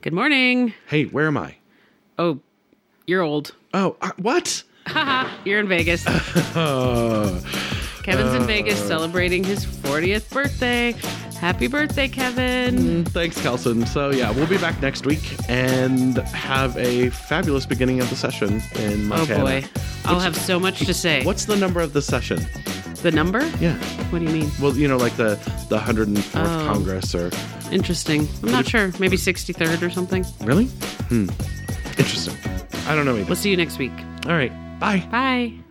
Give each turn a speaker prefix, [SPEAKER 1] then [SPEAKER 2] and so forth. [SPEAKER 1] Good morning.
[SPEAKER 2] Hey, where am I?
[SPEAKER 1] Oh, you're old.
[SPEAKER 2] Oh, uh, what?
[SPEAKER 1] Haha, you're in Vegas.
[SPEAKER 2] Uh,
[SPEAKER 1] Kevin's in Vegas celebrating his 40th birthday. Happy birthday, Kevin.
[SPEAKER 2] Thanks, Kelson. So, yeah, we'll be back next week and have a fabulous beginning of the session in
[SPEAKER 1] Oh
[SPEAKER 2] Montana.
[SPEAKER 1] boy. I'll have so much to say.
[SPEAKER 2] What's the number of the session?
[SPEAKER 1] the number?
[SPEAKER 2] Yeah.
[SPEAKER 1] What do you mean?
[SPEAKER 2] Well, you know, like the, the 104th
[SPEAKER 1] Oh.
[SPEAKER 2] Congress or.
[SPEAKER 1] Interesting. I'm not sure. Maybe 63rd or something.
[SPEAKER 2] Really? Hmm. Interesting. I don't know either.
[SPEAKER 1] We'll see you next week.
[SPEAKER 2] All right. Bye.
[SPEAKER 1] Bye.